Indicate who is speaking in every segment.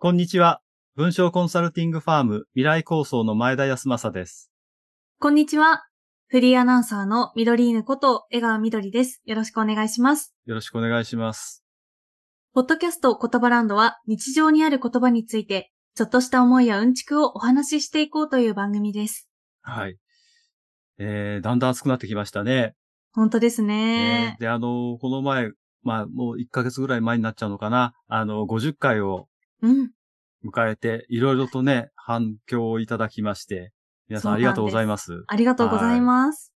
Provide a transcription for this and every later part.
Speaker 1: こんにちは。文章コンサルティングファーム未来構想の前田康政です。
Speaker 2: こんにちは。フリーアナウンサーのミドリーヌこと江川みどりです。よろしくお願いします。
Speaker 1: よろしくお願いします。
Speaker 2: ポッドキャスト言葉ランドは日常にある言葉について、ちょっとした思いやうんちくをお話ししていこうという番組です。
Speaker 1: はい。えー、だんだん暑くなってきましたね。
Speaker 2: 本当です
Speaker 1: えー
Speaker 2: ね。
Speaker 1: で、あのーこの前、まあ、もう1ヶ月ぐらい前になっちゃうのかな。あの、50回を
Speaker 2: うん。
Speaker 1: 迎えて、いろいろとね、反響をいただきまして、皆さんあ
Speaker 2: そうなんです
Speaker 1: りがとうございます。
Speaker 2: ありがとうございます。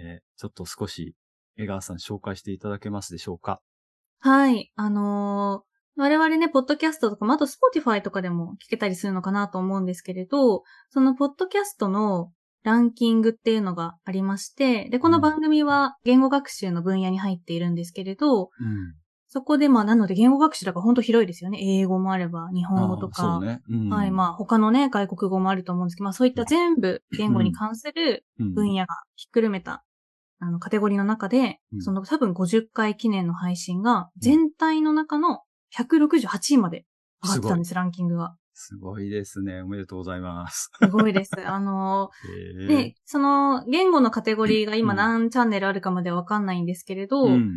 Speaker 1: えーちょっと少し、江川さん紹介していただけますでしょうか。
Speaker 2: はい。あのー我々ね、ポッドキャストとか、まああと Spotify とかでも聞けたりするのかなと思うんですけれど、そのポッドキャストのランキングっていうのがありまして、で、この番組は言語学習の分野に入っているんですけれど、
Speaker 1: うん。
Speaker 2: そこでまあ、なので言語学習だから本当広いですよね。英語もあれば、日本語と
Speaker 1: あー
Speaker 2: か。
Speaker 1: そうね。うん、
Speaker 2: はい、まあ、他のね、外国語もあると思うんですけど、まあ、そういった全部言語に関する
Speaker 1: うん
Speaker 2: 分野がひっくるめた、あの、カテゴリーの中で、
Speaker 1: うん
Speaker 2: その多分50回記念の配信が、全体の中の168位まで上がってたんです、ランキングが。
Speaker 1: すごいですね。おめでとうございます。
Speaker 2: すごい です。あの
Speaker 1: え
Speaker 2: ー
Speaker 1: ー
Speaker 2: で、その、言語のカテゴリーが今
Speaker 1: うん
Speaker 2: 何チャンネルあるかまでわかんないんですけれど、
Speaker 1: うん、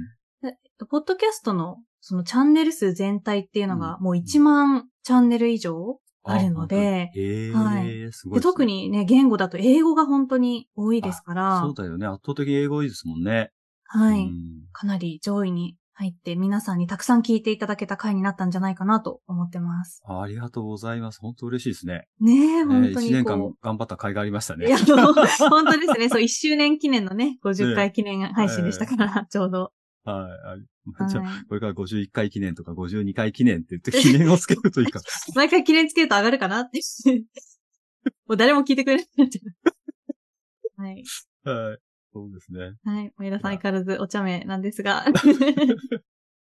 Speaker 2: ポッドキャストの、そのチャンネル数全体っていうのが
Speaker 1: う、ん
Speaker 2: もう1万チャンネル以上あるの
Speaker 1: 本
Speaker 2: で
Speaker 1: 当にえー
Speaker 2: は
Speaker 1: すごい
Speaker 2: で
Speaker 1: ですね
Speaker 2: 特にね、言語だと英語が本当に多いですから
Speaker 1: そう、だよね。圧倒的に英語いいですもんね。
Speaker 2: はい、
Speaker 1: うん
Speaker 2: かなり上位に入って、皆さんにたくさん聞いていただけた回になったんじゃないかなと思ってます。
Speaker 1: あありがとうございます。本当嬉しいですね。
Speaker 2: ねえ、
Speaker 1: え
Speaker 2: 本当
Speaker 1: 1
Speaker 2: に
Speaker 1: 年間
Speaker 2: こ
Speaker 1: 頑張った甲斐がありました
Speaker 2: う。
Speaker 1: ね。
Speaker 2: いや、そう本当ですね。そう、1周年記念 のね、50回記念配信でしたから、ちょうど。
Speaker 1: はいあり。
Speaker 2: はい
Speaker 1: じゃあ、これから51回記念とか52回記念って言って記念をつけるといい か。
Speaker 2: 毎回記念つけると上がるかなって。 もう誰も聞いてくれなくなっちゃう。はい。
Speaker 1: はい。そうですね。
Speaker 2: はい。前田さん相変わらずお茶目なんで すが。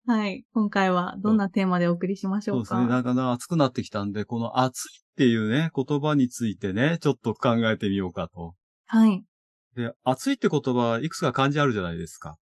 Speaker 2: はい。今回はどんなテーマでお送りしまし
Speaker 1: そ
Speaker 2: ょ
Speaker 1: う
Speaker 2: う
Speaker 1: ですね。
Speaker 2: か。
Speaker 1: なかなか暑くなってきたんで、この暑いっていうね、言葉についてね、ちょっと考えてみようかと。
Speaker 2: はい。
Speaker 1: で、暑いって言葉、いくつか漢字あるじゃないですか。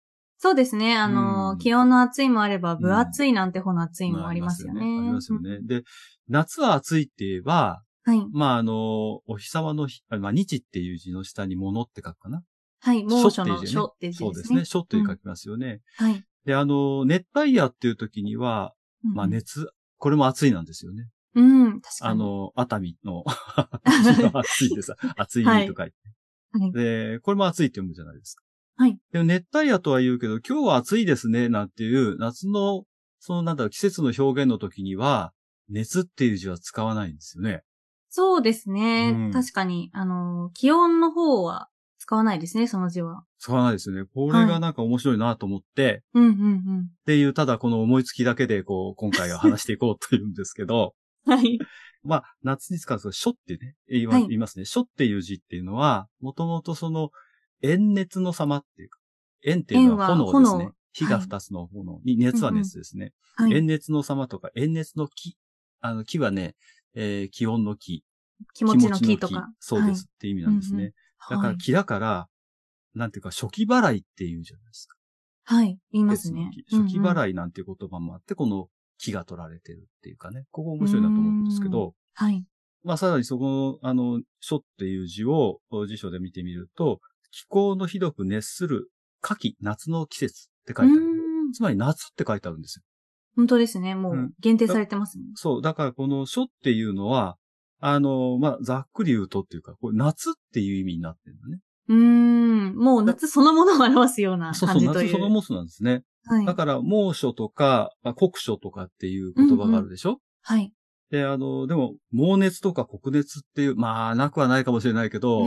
Speaker 2: そうですね。あの、
Speaker 1: うん
Speaker 2: 気温の暑いもあれば、分厚いなんて方の暑い
Speaker 1: 今
Speaker 2: もありますよね。
Speaker 1: ありますよね。で、夏は暑いって言えば、
Speaker 2: うん。はい。
Speaker 1: まあ、あの、お日様の日、あまあ、日っていう字の下に物って書くかな。
Speaker 2: はい。猛暑の
Speaker 1: 書
Speaker 2: 暑
Speaker 1: っ
Speaker 2: って字
Speaker 1: そう
Speaker 2: で
Speaker 1: ですすね。
Speaker 2: ね。
Speaker 1: 暑って書きますよね。
Speaker 2: はい。
Speaker 1: で、あの、熱帯夜っていう時には、
Speaker 2: うん
Speaker 1: まあ、。熱、これも暑いなんですよね。
Speaker 2: うん、確か
Speaker 1: あ
Speaker 2: に。
Speaker 1: の、熱海 の、熱いの暑いでさ、暑いとか言って、
Speaker 2: はい
Speaker 1: で、これも暑いって読むじゃないですか。
Speaker 2: はい。
Speaker 1: でも熱帯夜とは言うけど、今日は暑いですね、なんていう、夏の、そのなんだろう、季節の表現の時には、熱っていう字は使わないんですよね。
Speaker 2: そうですね。
Speaker 1: うん
Speaker 2: 確かに、あの、気温の方は使わないですね、その字は。
Speaker 1: 使わないですよね。これがなんか面白いなと思って、っ
Speaker 2: うん、うん、
Speaker 1: ていう、ただこの思いつきだけで、こう、今回は話していこうというんですけど、
Speaker 2: うん。はい。
Speaker 1: まあ、夏に使うと、書ってね、言わ
Speaker 2: はい
Speaker 1: 言いますね。書っていう字っていうのは、もともとその、炎熱の様っていうか、炎っていうのは
Speaker 2: 炎は
Speaker 1: 炎ですね。
Speaker 2: 炎
Speaker 1: 火が二つの炎に、熱は熱ですね。
Speaker 2: はい。
Speaker 1: 炎熱の様とか、炎熱の木。あの、木はね、えー気温の木。
Speaker 2: 気持ちの気とか。
Speaker 1: そうです、って意味なんですね。
Speaker 2: は
Speaker 1: だか
Speaker 2: い。は
Speaker 1: ら
Speaker 2: い。
Speaker 1: 木だから、なんていうか、初期払いっていうじゃないですか。
Speaker 2: はい。言います
Speaker 1: 別の
Speaker 2: ね
Speaker 1: 木。
Speaker 2: うんうん
Speaker 1: 初期払いなんていう言葉もあって、この木が取られてるっていうかね。ここ面白いなと思うんですけど、
Speaker 2: はい。
Speaker 1: まあさらにそこの、あの、書っていう字を辞書で見てみると、気候のひどく熱する夏季、夏の季節って書
Speaker 2: う
Speaker 1: いてある。
Speaker 2: ん。
Speaker 1: つまり夏って書いてあるんですよ
Speaker 2: 本当ですね。も
Speaker 1: うん
Speaker 2: う限定されてますね。
Speaker 1: そう。だからこの書っていうのは、あの、まあ、ざっくり言うとっていうか、これ夏っていう意味になってるのね。
Speaker 2: うーん。もう夏そのものを表すような
Speaker 1: そうそ
Speaker 2: 感
Speaker 1: う、
Speaker 2: じとい
Speaker 1: 夏
Speaker 2: う。
Speaker 1: そのものなんですね。だ
Speaker 2: はい。
Speaker 1: から猛暑とか、まあ、酷暑とかっていう言葉があるでしょ、
Speaker 2: はい。
Speaker 1: で、あの、でも、猛熱とか酷熱っていう、まあ、なくはないかもしれないけど、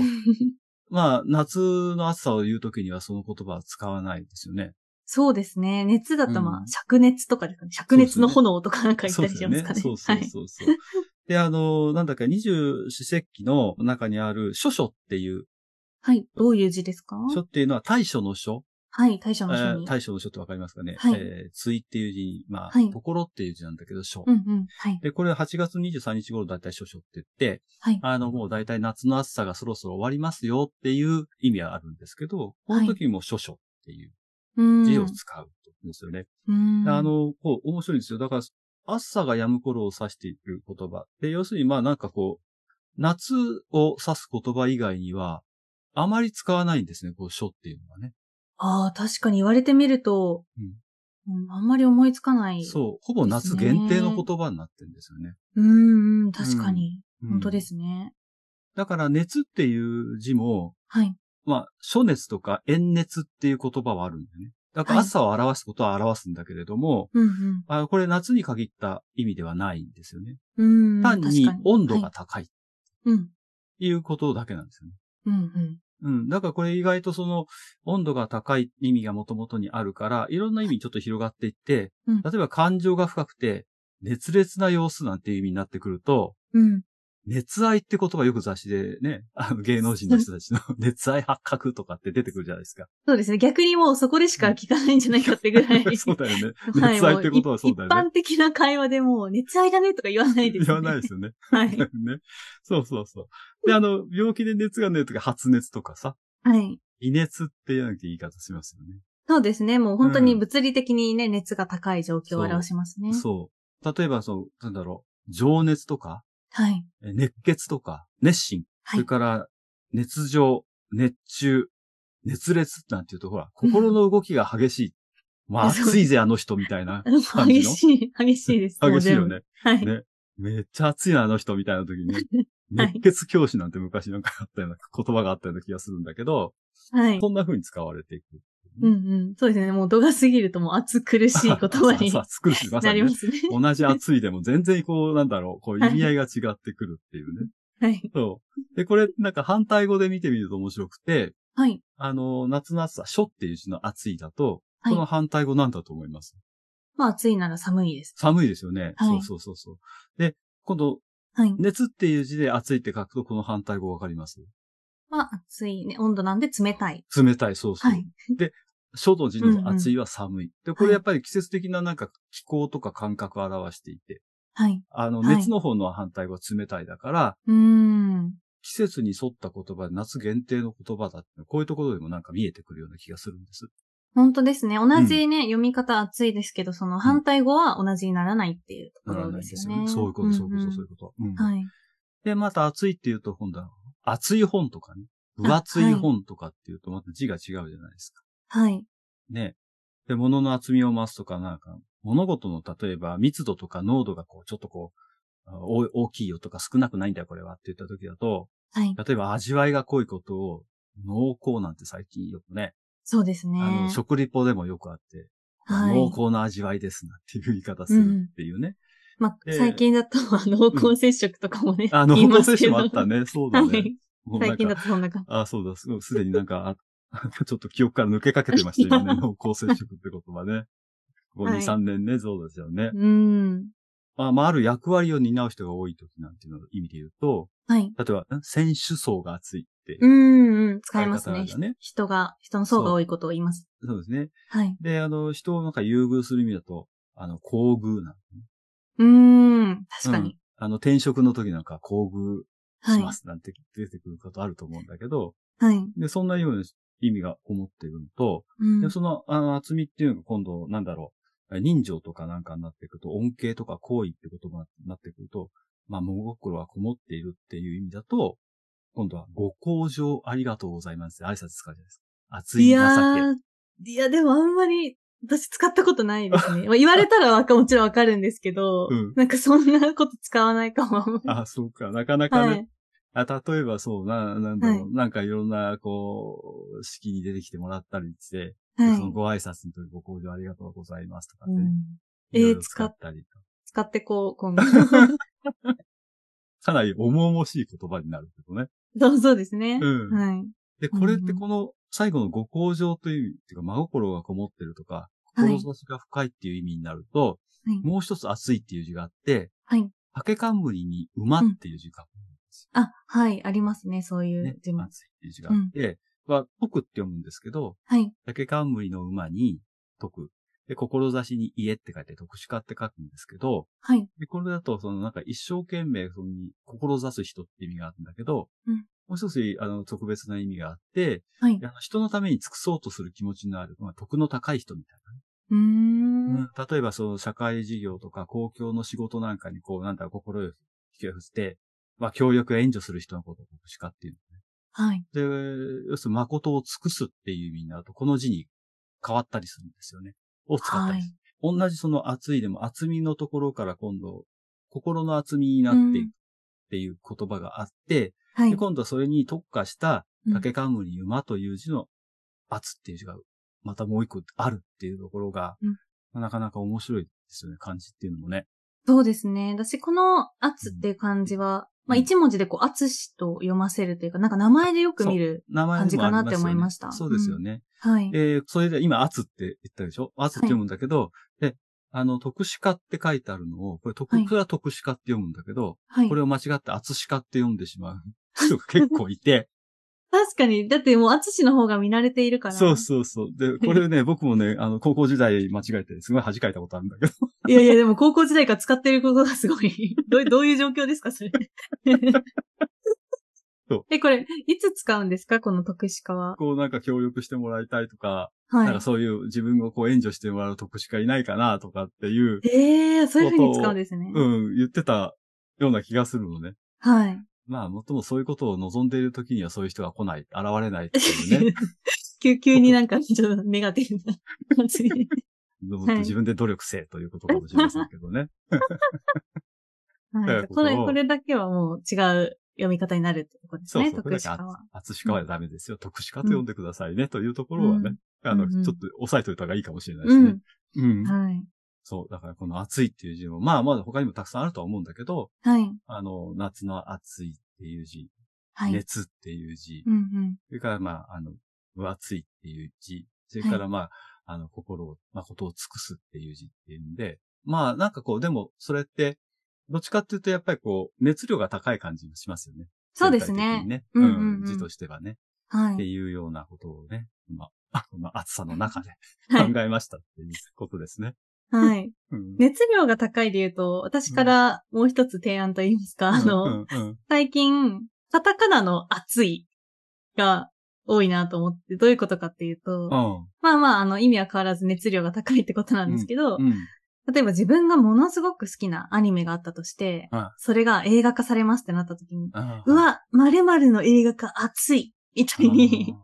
Speaker 1: まあ、夏の暑さを言うときにはその言葉は使わないですよね。
Speaker 2: そうですね。熱だとまあ、
Speaker 1: うん
Speaker 2: 灼熱とかですかね。灼熱の炎とかなんか言った
Speaker 1: そう
Speaker 2: り
Speaker 1: で
Speaker 2: し
Speaker 1: すよ
Speaker 2: ま
Speaker 1: ね
Speaker 2: すかね。
Speaker 1: そうそう
Speaker 2: はい。
Speaker 1: そうそう。で、あの、なんだっけ、二十四節気の中にある書書っていう、
Speaker 2: はい。どういう字ですか
Speaker 1: 書っていうのは大書の書
Speaker 2: はい。大将の
Speaker 1: え
Speaker 2: 書
Speaker 1: ー
Speaker 2: に。
Speaker 1: 大将の書ってわかりますかね。
Speaker 2: はい
Speaker 1: えー、ついっていう字に、まあ、
Speaker 2: はい
Speaker 1: ところっていう字なんだけど、書。
Speaker 2: うんうん。はい。
Speaker 1: で、これは8月23日頃だいたい書書って言って、
Speaker 2: はい。
Speaker 1: あの、もうだいたい夏の暑さがそろそろ終わりますよっていう意味はあるんですけど、この時も書書っていう
Speaker 2: うん。
Speaker 1: 字を使うんですよね。
Speaker 2: うん。
Speaker 1: あ、の、こう、面白いんですよ。だから、暑さが止む頃を指している言葉。で、要するにまあなんかこう、夏を指す言葉以外には、あまり使わないんですね、こう、書っていうのはね。
Speaker 2: ああ、確かに言われてみると、うんあんまり思いつかない。
Speaker 1: そう、ほぼ夏限定の言葉になってるんですよね。
Speaker 2: う。うん、うん、確かに。
Speaker 1: うん
Speaker 2: 本当で。すね。
Speaker 1: だから熱っていう字も、
Speaker 2: はい。
Speaker 1: まあ、暑熱とか炎熱っていう言葉はあるんだよね。だから
Speaker 2: はい
Speaker 1: 暑さを表すことは表すんだけれども、
Speaker 2: うん、うん
Speaker 1: あこれ夏に限った意味ではないんですよね。。
Speaker 2: うんうん、
Speaker 1: 単に
Speaker 2: 確か
Speaker 1: 温度
Speaker 2: は
Speaker 1: が高いっ
Speaker 2: いうん、
Speaker 1: ていうことだけなんですよね。
Speaker 2: うん、うん。
Speaker 1: うん。だからこれ意外とその温度が高い意味がもともとにあるから、いろんな意味にちょっと広がっていって、
Speaker 2: うん
Speaker 1: 例えば感情が深くて、熱烈な様子なんていう意味になってくると、
Speaker 2: うん。
Speaker 1: 熱愛って言葉よく雑誌でね、あの芸能人の人た ちの熱愛発覚とかって出てくるじゃないですか。
Speaker 2: そうですね。逆にもうそこでしか聞かないんじゃないかってぐら い。
Speaker 1: そうだ よね。
Speaker 2: はい
Speaker 1: 熱愛ってことはそうだよね
Speaker 2: も一般的な会話でもう、熱愛だねとか言わないです、ね。。
Speaker 1: 言わないですすよね。
Speaker 2: はい。
Speaker 1: ね。そうそうそう。で、あの、病気で熱が出るとか発熱とかさ、
Speaker 2: はい。
Speaker 1: 微熱ってなんて言い方しますよね。
Speaker 2: そうですね。もう本当に
Speaker 1: うん
Speaker 2: 物理的にね、熱が高い状況を表しますね。
Speaker 1: そう。例えば、そう、なんだろう、情熱とか、
Speaker 2: はい。
Speaker 1: え熱血とか、熱心、
Speaker 2: はい
Speaker 1: それから、熱情、熱中、熱烈なんていうと、ほら、心の動きが激しい。まあ、
Speaker 2: そう
Speaker 1: 熱いぜ、あの人、みたい な。感じの
Speaker 2: 激しい、激しいです。
Speaker 1: 激しいよ
Speaker 2: もう全部。
Speaker 1: ね。
Speaker 2: はい。
Speaker 1: ねめっちゃ熱いな、あの人、みたいな時にね。
Speaker 2: はい
Speaker 1: 熱血教師なんて昔なんかあったような、言葉があったような気がするんだけど、
Speaker 2: はい。
Speaker 1: こんな風に使われていく。
Speaker 2: うんうん。そうですね。もう度が過ぎるともう熱苦しい言 葉に
Speaker 1: さあ、作るし、まさ
Speaker 2: な
Speaker 1: に
Speaker 2: り
Speaker 1: ね、
Speaker 2: ますね。
Speaker 1: 同じ熱いでも全然こう、なんだろう、こう意味合いが違ってくるっていうね。
Speaker 2: はい。
Speaker 1: そう。で、これ、なんか反対語で見てみると面白くて、
Speaker 2: はい。
Speaker 1: あの、夏の暑さ、暑っていう字の暑いだと、
Speaker 2: は
Speaker 1: こ
Speaker 2: い
Speaker 1: の反対語なんだと思います。
Speaker 2: まあ暑いなら寒いです。
Speaker 1: 寒いですよね。
Speaker 2: はい
Speaker 1: そうそうそうそう。で、今度、
Speaker 2: はい。
Speaker 1: 熱っていう字で暑いって書くと、この反対語わかります
Speaker 2: まあ暑いね。温度なんで冷たい。
Speaker 1: 冷たい、そうそう。
Speaker 2: はい。
Speaker 1: 初の字の暑いは寒い。で、これやっぱり季節的ななんか気候とか感覚を表していて、
Speaker 2: はい。
Speaker 1: あの、
Speaker 2: はい
Speaker 1: 熱の方の反対語は冷たいだから、
Speaker 2: うーん。
Speaker 1: 季節に沿った言葉で夏限定の言葉だって、こういうところでもなんか見えてくるような気がするんです。
Speaker 2: 本当ですね。同じね、読み方暑いですけど、その反対語は同じにならないっていうところですよね。
Speaker 1: そういうこと、そういうこと、
Speaker 2: んん
Speaker 1: そういうこと。うん
Speaker 2: はい。
Speaker 1: で、また暑いっていうと、今度は、熱い本とかね。分厚
Speaker 2: あはいい
Speaker 1: 本とかっていうと、また字が違うじゃないですか。
Speaker 2: はい。
Speaker 1: ね。で、物の厚みを増すとか、なんか、物事の例えば密度とか濃度がこう、ちょっとこう、あお大きいよとか少なくないんだよ、これはって言った時だと、
Speaker 2: はい。
Speaker 1: 例えば味わいが濃いことを、濃厚なんて最近よくね、
Speaker 2: そうですね。
Speaker 1: あの、食リポでもよくあって、
Speaker 2: はい。
Speaker 1: 濃厚な味わいですなっていう言い方するっていうね。
Speaker 2: まあ、
Speaker 1: で
Speaker 2: 最近だと、あの濃厚接触とかもね。
Speaker 1: あの、
Speaker 2: 言い
Speaker 1: 濃
Speaker 2: ま
Speaker 1: 厚
Speaker 2: す
Speaker 1: 接
Speaker 2: け
Speaker 1: 種
Speaker 2: ど
Speaker 1: もあった。ね。そうだ
Speaker 2: は
Speaker 1: ね。
Speaker 2: い。
Speaker 1: もうなん
Speaker 2: 最
Speaker 1: か
Speaker 2: 近だとそんな感じ。
Speaker 1: あ、そうだ、すすでになんか、あ ちょっと記憶から抜けかけて ましたよね、濃厚接触って言葉ね。ここ2、
Speaker 2: はい
Speaker 1: 3年ね、そうですよね。
Speaker 2: うん。
Speaker 1: まあ、まあ、ある役割を担う人が多い時なんていうのを意味で言うと、
Speaker 2: はい。
Speaker 1: 例えば、ん選手層が厚いって、
Speaker 2: うんうん。使います
Speaker 1: 使い
Speaker 2: ね
Speaker 1: 方だね。
Speaker 2: ひ人が、人の層が多いことを言います。
Speaker 1: そうですね。
Speaker 2: はい。
Speaker 1: で、あの、人をなんか優遇する意味だと、あの、厚遇なんてね、
Speaker 2: うーん。確か
Speaker 1: うん
Speaker 2: に。
Speaker 1: あの、転職の時なんか、厚遇
Speaker 2: は
Speaker 1: し
Speaker 2: い
Speaker 1: ま。すなんて出てくることあると思うんだけど、
Speaker 2: はい。
Speaker 1: で、そんなような意味が思っているのと、
Speaker 2: うん
Speaker 1: でその、あの、厚みっていうのが今度、なんだろう、人情とかなんかになってくると、恩恵とか好意って言葉になってくると、まあ、物心はこもっているっていう意味だと、今度は、ご向上ありがとうございますって挨拶使うじゃないですか。熱い
Speaker 2: い
Speaker 1: 情
Speaker 2: や
Speaker 1: け。
Speaker 2: ー、いや、でもあんまり、私使ったことないですね。まあ言われたらわか、もちろんわかるんですけど、
Speaker 1: うん
Speaker 2: なんかそんなこと使わないかも。
Speaker 1: あ、そうか。なかなかね、
Speaker 2: はい。
Speaker 1: あ例えばそうな、なんだろう、
Speaker 2: は
Speaker 1: なんかいろんな、こう、式に出てきてもらったりして、で
Speaker 2: はい
Speaker 1: そのご挨拶の時ご向上ありがとうございますとかって、
Speaker 2: うん
Speaker 1: いろい
Speaker 2: え
Speaker 1: ろ
Speaker 2: ー
Speaker 1: 使ったりとか。
Speaker 2: 使ってこう、今後。
Speaker 1: かなり重々しい言葉になるけどね。
Speaker 2: そうそうですね。
Speaker 1: うん
Speaker 2: はい。
Speaker 1: で、
Speaker 2: うん
Speaker 1: これってこの最後のご向上という意味、っていうか真心がこもってるとか、
Speaker 2: はい
Speaker 1: 志が深いっていう意味になると、
Speaker 2: はい
Speaker 1: もう一つ熱いっていう字があって、
Speaker 2: はい。
Speaker 1: 竹冠に馬っていう字が、
Speaker 2: あ、はい、ありますね、そうい
Speaker 1: ね
Speaker 2: う、字も。
Speaker 1: 熱いっていう字があって、は、徳って読むんですけど、
Speaker 2: はい。
Speaker 1: 竹冠の馬に徳。で、志に家って書いて、徳歯科って書くんですけど、
Speaker 2: はい。
Speaker 1: で、これだと、そのなんか一生懸命、その、志す人って意味があるんだけど、
Speaker 2: うん
Speaker 1: もう一つ、あの、特別な意味があって、
Speaker 2: はい
Speaker 1: で。あの人のために尽くそうとする気持ちのある、まあ、徳の高い人みたいなね。
Speaker 2: ううー。
Speaker 1: うんん例えば、その社会事業とか公共の仕事なんかに、こう、なんだろう、心を引き寄せて、まあ、協力や援助する人のことを牧師家っていう
Speaker 2: はい。
Speaker 1: で、要するに誠を尽くすっていう意味になると、この字に変わったりするんですよね。を使った
Speaker 2: は
Speaker 1: り
Speaker 2: い
Speaker 1: する。。同じその厚いでも厚みのところから今度、心の厚みになっていくっていう言葉があって、
Speaker 2: は
Speaker 1: で
Speaker 2: い。
Speaker 1: 今度はそれに特化した、
Speaker 2: うん
Speaker 1: 竹冠に馬という字の厚っていう字が、またもう一個あるっていうところが、
Speaker 2: うん
Speaker 1: なかなか面白いですよね、漢字っていうのもね。
Speaker 2: そうですね。私、この圧っていう漢字は、まあ、一文字でこう、厚しと読ませるというか、なんか名前でよく見る。
Speaker 1: 名前でもありますよね
Speaker 2: 漢字かなって思いました
Speaker 1: そうですよね。
Speaker 2: はい。
Speaker 1: えーそれで今、アツって言ったでしょアツって読むんだけど、で、あの、特殊化って書いてあるのを、これ、特、
Speaker 2: はい
Speaker 1: これは特殊化って読むんだけど、
Speaker 2: はい
Speaker 1: こ。れを間違って厚しかって読んでしまう 人が結構い て、
Speaker 2: 確かに、だってもう厚しの方が見慣れているから。
Speaker 1: そうそうそう。 で、これね、僕もね、あの、高校時代間違えて、すごい恥かいたことあるんだけど、
Speaker 2: いやいや、でも高校時代から使ってることがすごい。どうど ういう状況ですか、それ。
Speaker 1: そう
Speaker 2: え、これ、いつ使うんですかこの特殊化は。
Speaker 1: こうなんか協力してもらいたいとか、な
Speaker 2: は
Speaker 1: んか
Speaker 2: い。
Speaker 1: そういう自分をこう援助してもらう特殊化いないかなとかっていう、
Speaker 2: ええそういうふうに 使うんですね。
Speaker 1: うん、言ってたような気がするのね。
Speaker 2: はい。
Speaker 1: まあ、もっともそういうことを望んでいる時にはそういう人が来ない、現れないっていう ね。
Speaker 2: 急、急になんか、ちょっとネガティブな 感じで。
Speaker 1: もっ
Speaker 2: は
Speaker 1: と
Speaker 2: い
Speaker 1: 自分で努力せえということかもしれませんけどね。
Speaker 2: は
Speaker 1: だ
Speaker 2: い。
Speaker 1: から
Speaker 2: これ、
Speaker 1: ここを
Speaker 2: これだけはもう違う読み方になるってことです
Speaker 1: そう
Speaker 2: ね、
Speaker 1: そう。
Speaker 2: 特
Speaker 1: だ
Speaker 2: 殊
Speaker 1: か
Speaker 2: 化
Speaker 1: ら
Speaker 2: は。、
Speaker 1: 厚しかはダメですよ。特殊かと呼んでくださいね、というところはね、あの、
Speaker 2: うん
Speaker 1: ち
Speaker 2: う
Speaker 1: ょ
Speaker 2: ん
Speaker 1: っと押さえといた方がいいかもしれないで
Speaker 2: う
Speaker 1: す
Speaker 2: ん
Speaker 1: ね。。うん。
Speaker 2: はい。
Speaker 1: そう。だからこの暑いっていう字も、まあまだ他にもたくさんあるとは思うんだけど、
Speaker 2: はい。
Speaker 1: あの、夏の暑いっていう字、
Speaker 2: はい。
Speaker 1: 熱っていう字、
Speaker 2: うんうん。
Speaker 1: それからまあ、あの、分厚いっていう字、それからまあ、あの、心を、誠を尽くすっていう字っていうんで、まあ、なんかこう、でも、それって、どっちかっていうと、やっぱりこう、熱量が高い感じがしますよね。
Speaker 2: そうです
Speaker 1: 全
Speaker 2: ね
Speaker 1: 体的にね。
Speaker 2: う
Speaker 1: うんん、
Speaker 2: うんうん
Speaker 1: 字としてはね。
Speaker 2: は
Speaker 1: って
Speaker 2: い。
Speaker 1: いうようなことをね、まあ、 この暑さの中で
Speaker 2: はい。
Speaker 1: 考えましたっていうことですね。
Speaker 2: はい。
Speaker 1: うん
Speaker 2: 熱量が高いで言うと、私からもう一つ提案と言いますか、あの、
Speaker 1: うんうんうん
Speaker 2: 最近、カタカナの熱いが多いなと思って、どういうことかっていうと、
Speaker 1: うん
Speaker 2: まあまあ、あの、意味は変わらず熱量が高いってことなんですけど、
Speaker 1: うん
Speaker 2: 例えば自分がものすごく好きなアニメがあったとして、
Speaker 1: は
Speaker 2: それが映画化されますってなった時に、
Speaker 1: あー
Speaker 2: うわ、〇〇の映画化熱いみ たいに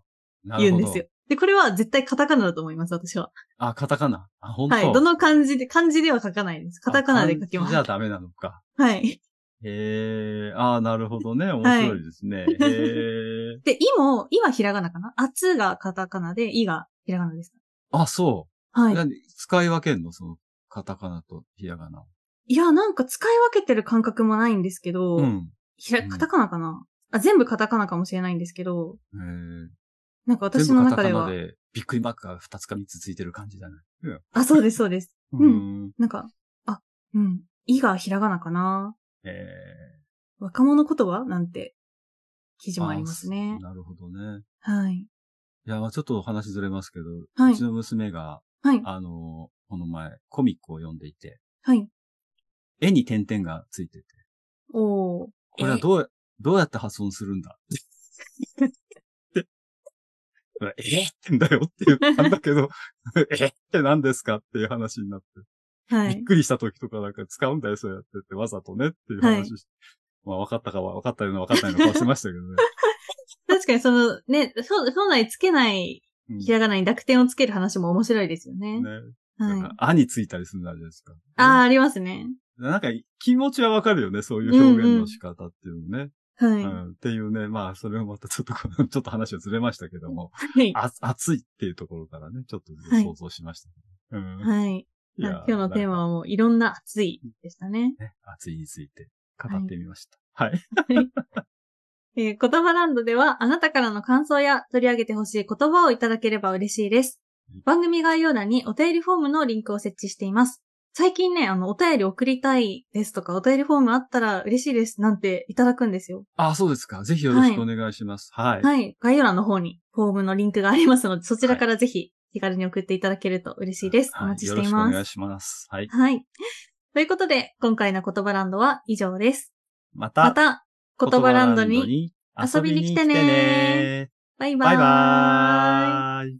Speaker 1: あー
Speaker 2: 言うんです。
Speaker 1: なる
Speaker 2: よ。で、これは絶対カタカナだと思います、私は。
Speaker 1: ほどあ、カタカナ。あ、本当
Speaker 2: はい。どの漢字で、漢字では書かないです。カタカナで書きま
Speaker 1: あ
Speaker 2: す。
Speaker 1: じゃあダメなのか。
Speaker 2: はい。
Speaker 1: へえ、ああ、なるほどね。面白いですね。へえ。
Speaker 2: で、いも、いはひらがなかなあつがカタカナで、いがひらがなですか
Speaker 1: あ、そ
Speaker 2: は
Speaker 1: う。
Speaker 2: い。
Speaker 1: 何使い分けんのその、カタカナとひらがな。
Speaker 2: いや、なんか使い分けてる感覚もないんですけど、
Speaker 1: うん。
Speaker 2: ひら、
Speaker 1: うん
Speaker 2: カタカナかな、あ、全部カタカナかもしれないんですけど、
Speaker 1: へえ。
Speaker 2: なんか私
Speaker 1: 全
Speaker 2: の
Speaker 1: 部カ
Speaker 2: 中
Speaker 1: タ
Speaker 2: で
Speaker 1: カナ
Speaker 2: は。
Speaker 1: で、びっくりマークが2つか3つついてる感じだね。
Speaker 2: あ、そうです、そうです。
Speaker 1: う。
Speaker 2: うんなんか、あ、うん。いがひらがなかな
Speaker 1: へえ。
Speaker 2: 若者言葉なんて、記事もありますね
Speaker 1: あ。なるほどね。
Speaker 2: はい。
Speaker 1: いや、まあちょっとお話ずれますけど、
Speaker 2: はいう
Speaker 1: ちの娘が、
Speaker 2: はい。
Speaker 1: あの、この前、コミックを読んでいて、
Speaker 2: はい。
Speaker 1: 絵に点々がついてて、
Speaker 2: おー。
Speaker 1: これはどう、どうやって発音するん だって。ええってんだよって言ったんだけど、 えって何ですかっていう話になって、
Speaker 2: えは
Speaker 1: びっ
Speaker 2: い。
Speaker 1: くりした時とかなんか使うんだよ、そうやってって、わざとねっていう話、
Speaker 2: はい
Speaker 1: まあ分かったかは分かったような分かったような顔してましたけどね。
Speaker 2: 確かにその、ね、そう本来つけない
Speaker 1: うん
Speaker 2: ひらがなに濁点をつける話も面白いですよね。
Speaker 1: ね。
Speaker 2: はい。
Speaker 1: なんか、あについたりするんじゃないですか。
Speaker 2: ああー、ありますね。
Speaker 1: なんか、気持ちはわかるよね、そういう表現の仕方っていうのね。
Speaker 2: はい。
Speaker 1: うんっていうね、まあ、それをまたちょっとこの、ちょっと話をずれましたけども、
Speaker 2: はい。
Speaker 1: あ暑いっていうところからね、ちょっと
Speaker 2: はい
Speaker 1: 想像しましたね、うん
Speaker 2: はい。
Speaker 1: いや
Speaker 2: 今日のテーマはもういろんな熱いでしたね。
Speaker 1: ね、暑いについて語ってみました。はい。
Speaker 2: えー言葉ランドではあなたからの感想や取り上げてほしい言葉をいただければ嬉しいです
Speaker 1: はい。
Speaker 2: 番組概要欄にお便りフォームのリンクを設置しています。最近ね、あの、お便り送りたいですとか、お便りフォームあったら嬉しいですなんていただくんですよ。
Speaker 1: あ、そうですか。ぜひよろしくお願いします。はい。
Speaker 2: はい。概要欄の方にフォームのリンクがありますので、そちらからぜひ気軽に送っていただけると嬉しいです。お
Speaker 1: はい
Speaker 2: 待ちし
Speaker 1: よ
Speaker 2: て
Speaker 1: ろ
Speaker 2: い
Speaker 1: しくお
Speaker 2: ます。
Speaker 1: 願いします。はい。
Speaker 2: はい。ということで、今回の言葉ランドは以上です。
Speaker 1: また、
Speaker 2: また、言葉ランドに、
Speaker 1: に
Speaker 2: 遊びに来てね
Speaker 1: 遊びに来てね
Speaker 2: バイバー
Speaker 1: バ
Speaker 2: イ。
Speaker 1: イバーイ。